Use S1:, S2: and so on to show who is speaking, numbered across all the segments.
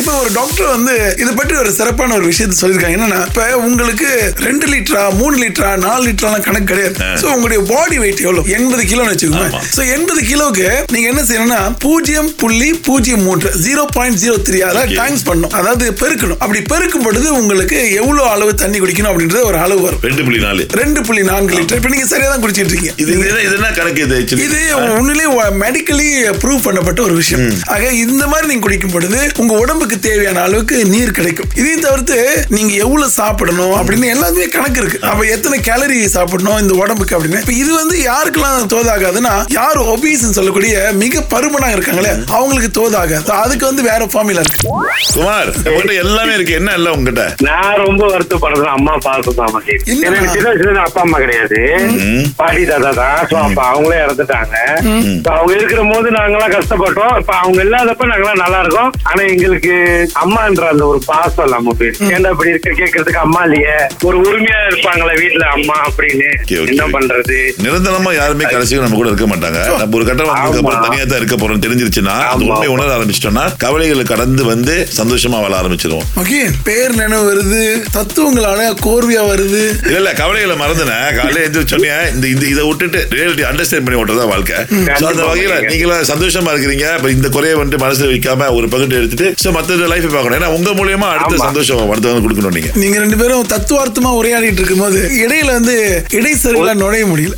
S1: இப்ப ஒரு டாக்டர் வந்து இதை பற்றி ஒரு சிறப்பான ஒரு விஷயத்தை சொல்லியிருக்காங்க என்னன்னா இப்ப உங்களுக்கு ரெண்டு லிட்டரா மூணு லிட்டரா நாலு லிட்டராலாம் கணக்கு கிடையாது ஸோ உங்களுடைய பாடி வெயிட் எவ்வளவு எண்பது கிலோன்னு வச்சுக்கோங்க
S2: ஆமா.
S1: ஸோ எண்பது கிலோவுக்கு நீங்க என்ன செய்யணும்னா பூஜ்ஜியம் புள்ளி பூஜ்ஜியம் மூன்று ஜீரோ பாயிண்ட் ஜீரோ த்ரீ அதாவது
S2: Okay.
S1: டைம்ஸ் பண்ணணும் அதாவது பெருக்கணும் அப்படி பெருக்கும் பொழுது உங்களுக்கு எவ்வளவு அளவு தண்ணி குடிக்கணும் அப்படின்றது ஒரு அளவு வரும்
S2: ரெண்டு புள்ளி நாலு
S1: ரெண்டு புள்ளி நான்கு லிட்டர் இப்ப நீங்க சரியா தான் குடிச்சிட்டு இருக்கீங்க
S2: இது இது என்ன- இது என்ன கணக்கு இது actually?
S1: இது உண்மையிலேயே மெடிக்கலி ப்ரூவ் பண்ணப்பட்ட ஒரு விஷயம் ஆக இந்த மாதிரி நீங்க குடிக்கும் பொழுது உங்க உடம்புக்கு தேவையான அளவுக்கு நீர் கிடைக்கும் இதையும் தவிர்த்து நீங்க எவ்வளவு சாப்பிடணும் அப்படின்னு எல்லாத்துலயும் கணக்கு இருக்கு அப்ப எத்தனை கேலரி சாப்பிடணும் இந்த உடம்புக்கு அப்படின்னு இப்ப இது வந்து யாருக்கெல்லாம் தோதாகாதுன்னா யார் ஒபீஸ் சொல்லக்கூடிய மிக பருமனாக இருக்காங்களே அவங்களுக்கு தோதாகாது அதுக்கு வந்து வேற ஃபார்முலா இருக்கு
S2: குமார் உங்ககிட்ட எல்லாமே இருக்கு என்ன எல்லாம் உங்ககிட்ட
S3: நான் ரொம்ப வருத்தப்படுறது அம்மா பாசம் தான் மச்சி.
S1: இல்லம்மா.
S3: எனக்கு சின்ன வயசுல அப்பா அம்மா கிடையாது பாட்டி தாத்தா தான் சோ அப்ப அவங்களே இறந்துட்டாங்க So, அவங்க இருக்கிற போது நாங்கெல்லாம் கஷ்டப்பட்டோம் இப்ப அவங்க இல்லாதப்ப நாங்கெல்லாம் நல்லா இருக்கோம் ஆனா எங்களுக்கு அம்மான்ற அந்த ஒரு பாசம் இல்லாம போயிடுச்சு ஏன்டா இப்படி இருக்க கேட்கறதுக்கு அம்மா இல்லையே ஒரு உரிமையா இருப்பாங்களே வீட்டுல அம்மா அப்படின்னு
S2: Okay, okay.
S3: என்ன பண்றது
S2: நிரந்தரமா யாருமே கடைசியும் நம்ம கூட இருக்க மாட்டாங்க நம்ம ஒரு கட்டம் வந்ததுக்கு அப்புறம்
S3: ஆமா.
S2: தனியா தான் இருக்க போறோம் தெரிஞ்சிருச்சுன்னா அது
S3: ஆமா.
S2: உண்மை உணர ஆரம்பிச்சிட்டோம்னா கவலைகளை கடந்து வந்து சந்தோஷமா வாழ ஆரம்பிச்சிருவோம்
S1: ஓகே பேர் நினைவு வருது தத்துவங்களான கோர்வையா வருது
S2: இல்ல இல்ல கவலைகளை மறந்துனேன் காலையில எழுந்திரிச்ச உடனே இந்த இந்த இதை விட்டுட்டு ரியாலிட்டி அண்டர்ஸ்டாண்ட் பண்ணி ஓட்டுறதா வாழ்க்கை So, அந்த வகையில நீங்களா சந்தோஷமா இருக்கிறீங்க அப்ப இந்த குறைய வந்துட்டு மனசுல வைக்காம ஒரு பக்கெட் எடுத்துட்டு சோ மத்த லைஃப் பார்க்கணும் ஏன்னா உங்க மூலியமா அடுத்த
S3: ஆமா.
S2: சந்தோஷம் அடுத்தவங்க கொடுக்கணும் நீங்க
S1: நீங்க ரெண்டு பேரும் தத்துவார்த்தமா உரையாடிட்டு இருக்கும்போது இடையில வந்து இடைச்செருவுலாம் நுழைய முடியல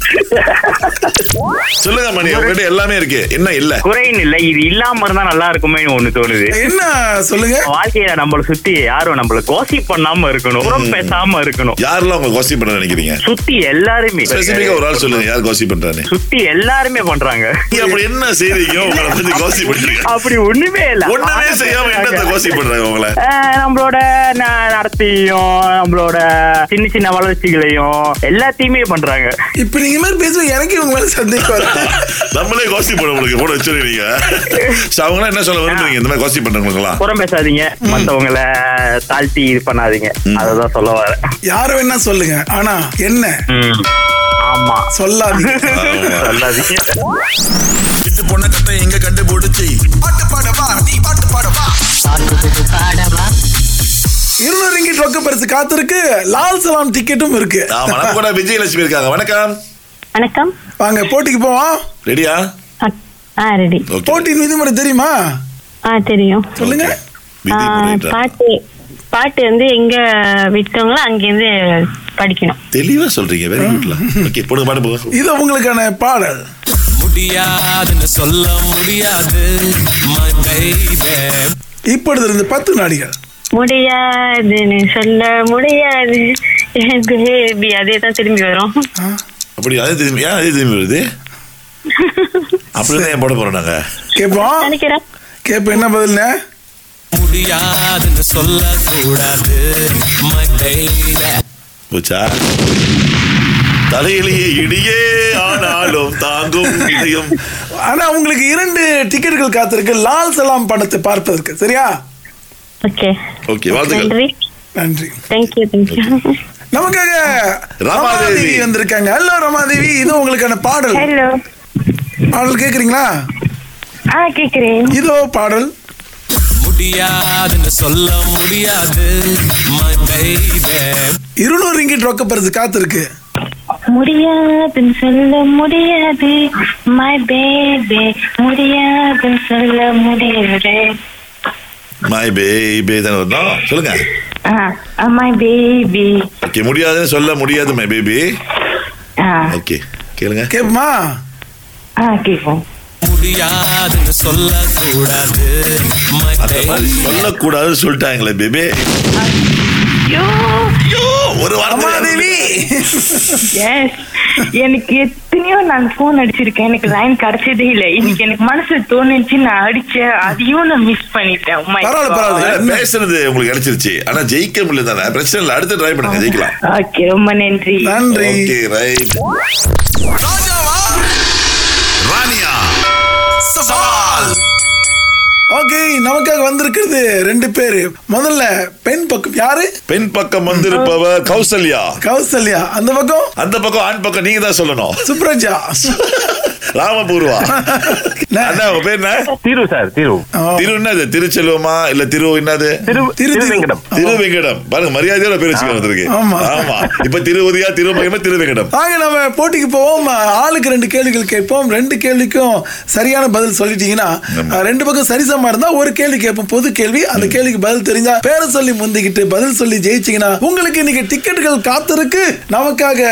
S2: சொல்லுங்க மணி உங்ககிட்ட எல்லாமே இருக்கு என்ன இல்ல
S4: குறைன்னு இல்ல இது இல்லாம இருந்தா நல்லா இருக்குமே ஒண்ணு தோணுது
S1: என்ன சொல்லுங்க
S4: வாழ்க்கையில நம்மள சுத்தி யாரும் நம்மள கோசி பண்ணாம இருக்கணும் புறம் பேசாம இருக்கணும்
S2: யாரெல்லாம் உங்க கோசி பண்ண நினைக்கிறீங்க
S4: சுத்தி எல்லாருமே
S2: ஸ்பெசிபிக்கா ஒரு ஆள் சொல்லுங்க யார் கோசி பண்றானே
S4: சுத்தி எல்லாருமே பண்றாங்க
S2: நீங்க அப்படி என்ன செய்றீங்க உங்களை பத்தி கோசி பண்றீங்க
S4: அப்படி ஒண்ணுமே இல்ல
S2: ஒண்ணுமே செய்யாம என்னத்த கோசி பண்றாங்க உங்களை
S4: ஆஹ் நம்மளோட ந- நடத்தையும் நம்மளோட சின்ன சின்ன வளர்ச்சிகளையும் எல்லாத்தையுமே பண்றாங்க
S1: இப்ப நீங்க மாதிரி பேசுற எனக்கு இவங்க மேல சந்தேகம் வருது
S2: நம்மளே கோசி பண்ண உங்களுக்கு கூட வச்சிருக்கீங்க So, அவங்களாம் என்ன சொல்ல விரும்புறீங்க இந்த மாதிரி கோசி பண்றவங்களுக்குலாம்
S4: புறம் பேசாதீங்க மத்தவங்கள தாழ்த்தி இது பண்ணாதீங்க அததான் சொல்ல வரேன்
S1: யார வேணா சொல்லுங்க ஆனா என்ன
S4: ம். ஆமா
S1: சொல்லாதீங்க
S2: ஆமா.
S4: சொல்லாதீங்க
S5: இது பொண்ண கத்த எங்க கண்டுபிடிச்சி பாட்டு பாடவா நீ பாட்டு பாடவா
S1: இருநூறு ரிங்கிட் ரொக்க பரிசு காத்திருக்கு லால் சலாம் டிக்கெட்டும் இருக்கு
S2: ஆமா நம்ம கூட விஜயலட்சுமி இருக்காங்க வணக்கம்
S6: வணக்கம்
S1: வாங்க போட்டிக்கு போவோம்
S2: ரெடியா
S6: அக்- ஆ ரெடி
S2: Okay.
S1: போட்டியின் விதிமுறை தெரியுமா
S6: ஆ தெரியும்
S1: சொல்லுங்க
S6: ஆ,
S2: விதி முறைன்றா.
S6: பாட்டு பாட்டு வந்து எங்க விட்டவங்களோ அங்கேருந்து படிக்கணும்
S2: தெளிவா சொல்றீங்க வெரி குட்ல ஓகே போடுங்க பாட்டு போங்க
S1: இது உங்களுக்கான பாடல்
S7: முடியாதுன்னு சொல்ல முடியாது my baby
S1: இப்பொழுது இருந்து பத்து நாடிகள்
S6: முடியாதுன்னு சொல்ல முடியாது என் பேபி அதே தான் திரும்பி வரும்
S2: அப்படி அதே திரும்பி ஏன் அதே திரும்பி வருது அப்படிதான் ஏன் போட போறோம் நாங்க
S1: கேட்போம்
S6: நினைக்கிறேன்
S1: கேட்போம் என்ன பதில்னு
S7: முடியாதுன்னு சொல்ல கூடாது my baby
S2: போச்சா தலையிலேயே இடியே ஆனாலும் தாங்கும் இதயம்
S1: ஆனா உங்களுக்கு இரண்டு டிக்கெட்டுகள் காத்திருக்கு லால் சலாம் படத்தை பார்ப்பதற்கு சரியா
S6: ஓகே
S2: ஓகே வாழ்த்துக்கள்
S6: நன்றி
S1: நன்றி
S6: தேங்க்யூ தேங்க்யூ
S1: நமக்காக ரமாதேவி
S2: ரமாதேவி
S1: வந்திருக்காங்க ஹலோ ரமாதேவி இது உங்களுக்கான பாடல்
S8: ஹலோ
S1: பாடல் கேக்குறீங்களா
S8: ஆ கேக்குறேன்
S1: இதோ பாடல்
S7: முடியாதுன்னு சொல்ல முடியாது my baby
S1: இருநூறு ரிங்கிட் ரொக்க பரிசு காத்திருக்கு
S8: முடியாதுன்னு சொல்ல முடியாது மை பேபி முடியாதுன்னு சொல்ல முடியாது
S2: மை பேபி தானே வரணும் சொல்லுங்க
S8: மை பேபி
S2: ஓகே முடியாதுன்னு சொல்ல முடியாது மை பேபி
S8: ஆ
S2: ஓகே கேளுங்க
S1: கேப்பமா
S8: ஆ கேட்போம்
S7: முடியாதுன்னு சொல்ல கூடாது my
S2: அந்த மாதிரி
S7: baby
S2: சொல்லக்கூடாதுன்னு சொல்லிட்டாங்களே பேபி ஒரு
S1: ரமாதேவி
S2: வார்த்தை
S8: எஸ் எனக்கு எத்தனையோ நான் ஃபோன் அடிச்சிருக்கேன் எனக்கு லைன் கிடைச்சதே இல்ல இன்னைக்கு எனக்கு மனசு தோணுச்சு நான் அடிச்சேன் அதையும் நான் மிஸ் பண்ணிட்டேன் Oh my
S1: பரவாயில்ல,
S8: God.
S1: பரவாயில்ல.
S2: அதான் பேசுறது உங்களுக்கு கிடைச்சிருச்சு ஆனா ஜெயிக்க முடியல தானே பிரச்சனை இல்லை அடுத்து ட்ரை பண்ணுங்க ஜெயிக்கலாம்
S8: ஓகே ரொம்ப நன்றி
S1: நன்றி
S2: ஓகே ரைட்
S5: ராஜாவா
S2: ராணியா
S5: சவால்
S1: ஓகே நமக்காக வந்திருக்கிறது ரெண்டு பேரு முதல்ல பெண் பக்கம் யாரு
S2: பெண் பக்கம் வந்திருப்பவர் கௌசல்யா
S1: கௌசல்யா அந்த பக்கம்
S2: அந்த பக்கம் ஆண் பக்கம் நீங்க தான் சொல்லணும்
S1: சுப்ரஜா
S2: ராமபூர்வா அண்ணா உங்க பேர் என்ன
S3: தீரு சார் தீரு
S1: ஆ.
S2: திரு என்னது திருச்செல்வமா இல்ல திரு என்னது
S3: திரு
S1: திரு-
S3: திருவேங்கடம்
S2: திரு வெங்கடம் பாருங்க மரியாதையோட பேர் வச்சுக்கிறது
S1: ஆமா.
S2: ஆமா இப்ப திருவதியா திருமகமா திரு வெங்கடம்
S1: வாங்க நம்ம போட்டிக்கு போவோம் ஆளுக்கு ரெண்டு கேள்விகள் கேட்போம் ரெண்டு கேள்விக்கும் சரியான பதில் சொல்லிட்டீங்கன்னா அஹ், ரெண்டு பக்கம் சரிசமா இருந்தா ஒரு கேள்வி கேட்போம் பொது கேள்வி அந்த கேள்விக்கு பதில் தெரிஞ்சா பேரை சொல்லி முந்திக்கிட்டு பதில் சொல்லி ஜெயிச்சீங்கன்னா உங்களுக்கு இன்னைக்கு டிக்கெட்டுகள் காத்திருக்கு நமக்காக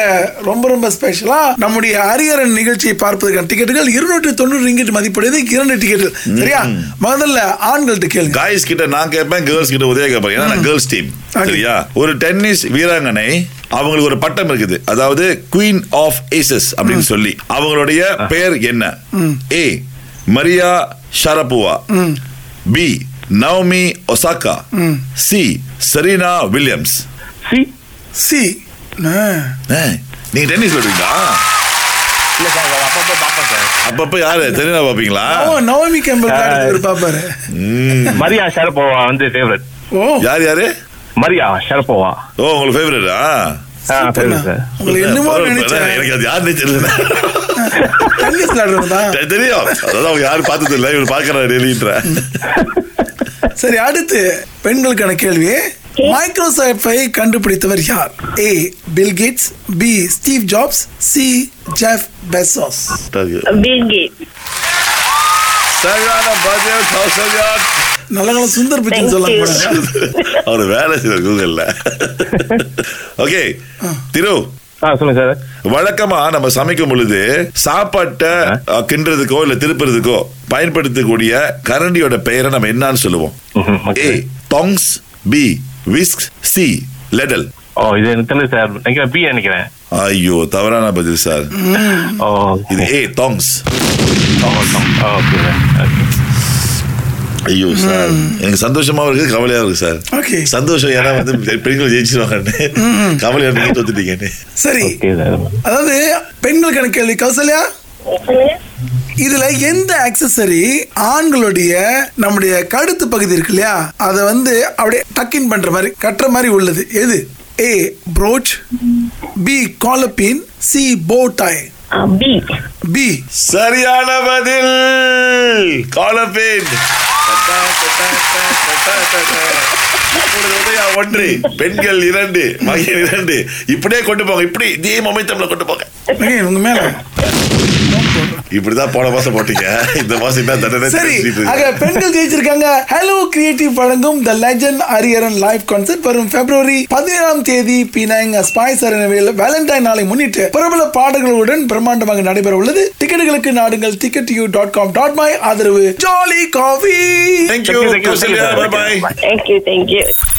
S1: ரொம்ப ரொம்ப ஸ்பெஷலா நம்முடைய அரியரன் நிகழ்ச்சியை பார்ப்பதற்கான டிக்கெட்டுகள் இருநூற்றி தொண்ணூறு ரிங்கிட் மதிப்புடையது இரண்டு டிக்கெட்டுகள் சரியா முதல்ல ஆண்கள்ட்ட கேளுங்க
S2: காய்ஸ் கிட்ட நான் கேட்பேன் கேர்ள்ஸ் கிட்ட உதய கேட்பேன் ஏன்னா நான் கேர்ள்ஸ் டீம்
S1: Okay.
S2: சரியா ஒரு டென்னிஸ் வீராங்கனை அவங்களுக்கு ஒரு பட்டம் இருக்குது அதாவது குயின் ஆஃப் ஏசஸ் அப்படின்னு சொல்லி அவங்களுடைய பெயர் என்ன A Maria Sharapova B Naomi Osaka C Serena Williams
S3: C
S1: C
S2: ஆ, நீங்க டென்னிஸ் விளையாடுவீங்களா அப்பப்ப யாரு செரீனா பாப்பீங்களா
S1: ஓ நவமி கேம்பல் பாப்பாரு
S3: மரியா ஷரப்போவா வந்து ஃபேவரட்
S1: ஓ
S2: யார் யாரு
S3: மரியா ஷரப்போவா
S2: ஓ உங்களுக்கு ஃபேவரட்டா
S4: 啊
S3: ஃபேவரட் சார்
S1: உங்களுக்கு என்னமோ நினைச்சேன்
S2: எனக்கு அது யார் நினைச்சது
S1: டென்னிஸ் விளையாடுறதா
S2: தெ- தெரியும் அதாவது அவங்க யாரும் பார்த்தது இல்லை இவர் பார்க்கறாரு டெய்லின்ற
S1: சரி அடுத்து பெண்களுக்கான கேள்வி மைக்ரோசாஃப்டை கண்டுபிடித்தவர் யார் A Bill Gates B Steve Jobs C Jeff Bezos
S6: Bill Gate
S2: சரியான பதில் கௌசல்யா
S1: நல்ல நல்ல சுந்தர் பிச்சன் சொல்ல
S6: you.
S1: போறாங்க
S2: அவர் வேலை செய்யற கூகுள்ல ஓகே திரு
S3: ஆ சொல்லுங்க சார்
S2: வழக்கமா நம்ம சமைக்கும் பொழுது சாப்பாட்டை அஹ், கிண்டுறதுக்கோ இல்ல திருப்புறதுக்கோ பயன்படுத்தக்கூடிய கரண்டியோட பெயரை நம்ம என்னன்னு சொல்லுவோம்
S3: ம்ஹும், okay.
S2: A tongs B whisk C ladle
S3: ஓ இது எனக்கு தெரியல சார் நினைக்கிறேன் பி நினைக்கிறேன்
S2: ஐயோ தவறான பதில் சார்
S3: ஓ
S2: இது ஏ டாங்ஸ்
S3: ஓகே
S2: ஐயோ சார் எனக்கு சந்தோஷமாவும் இருக்கு கவலையா இருக்கு சார்
S1: Okay.
S2: சந்தோஷம் ஏன்னா வந்து பெண்கள் ஜெயிச்சிருவாங்கன்னு கவலையா நீங்க தோத்துட்டீங்கன்னு
S1: சரி
S3: ஓகே சார்
S1: அதாவது பெண்களுக்கான கேள்வி கௌசல்யா இதுல எந்த ஆக்சசரி ஆண்களுடைய நம்முடைய கழுத்து பகுதி இருக்கு இல்லையா அதை வந்து அப்படியே டக்கின் பண்ற மாதிரி கட்டுற மாதிரி உள்ளது எது A brooch B காலப்பின் C போட்டாய்
S6: B
S1: B
S2: சரியான பதில் காலப்பேன் ஒன்று பெண்கள் இரண்டு மகன் இரண்டு இப்படியே கொண்டு போங்க இப்படி இதே மொமெண்டம்ல கொண்டு போங்க
S1: ஏய், உங்க மேல
S2: இப்படிதான் போன மாசம் போட்டீங்க இந்த மாசம் என்ன தண்டனை
S1: சரி
S2: தெரிஞ்சுட்டு இருக்கு.
S1: ஆக பெண்கள் ஜெயிச்சிருக்காங்க ஹலோ கிரியேட்டிவ் வழங்கும் the legend Hariharan live concert வரும் பிப்ரவரி பதினேழாம் தேதி பினாங் ஸ்பாய்ஸ் அரண்மனையில் வேலண்டைன் நாளை முன்னிட்டு பிரபல பாடல்களுடன் பிரம்மாண்டமாக நடைபெற உள்ளது டிக்கெட்டுகளுக்கு நாடுங்கள் ticket you dot com dot my ஆதரவு jolly coffee
S2: Thank you,
S3: Thank you, thank you,
S2: Kausalya.
S3: thank you, sir.
S2: Bye-bye.
S6: Thank you thank you